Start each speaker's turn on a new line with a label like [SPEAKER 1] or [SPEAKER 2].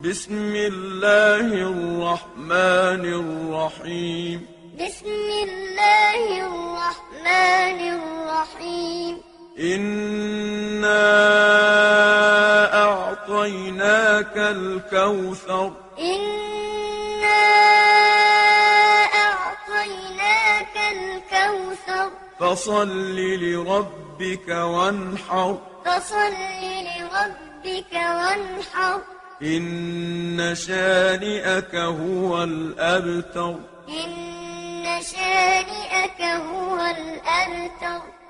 [SPEAKER 1] بسم الله الرحمن الرحيم
[SPEAKER 2] بسم الله الرحمن الرحيم
[SPEAKER 1] إنا أعطيناك الكوثر
[SPEAKER 2] إنا أعطيناك الكوثر
[SPEAKER 1] فصل لربك وانحر
[SPEAKER 2] فصل لربك وانحر
[SPEAKER 1] إن شانئك هو الأبتر
[SPEAKER 2] إن شانئك هو الأبتر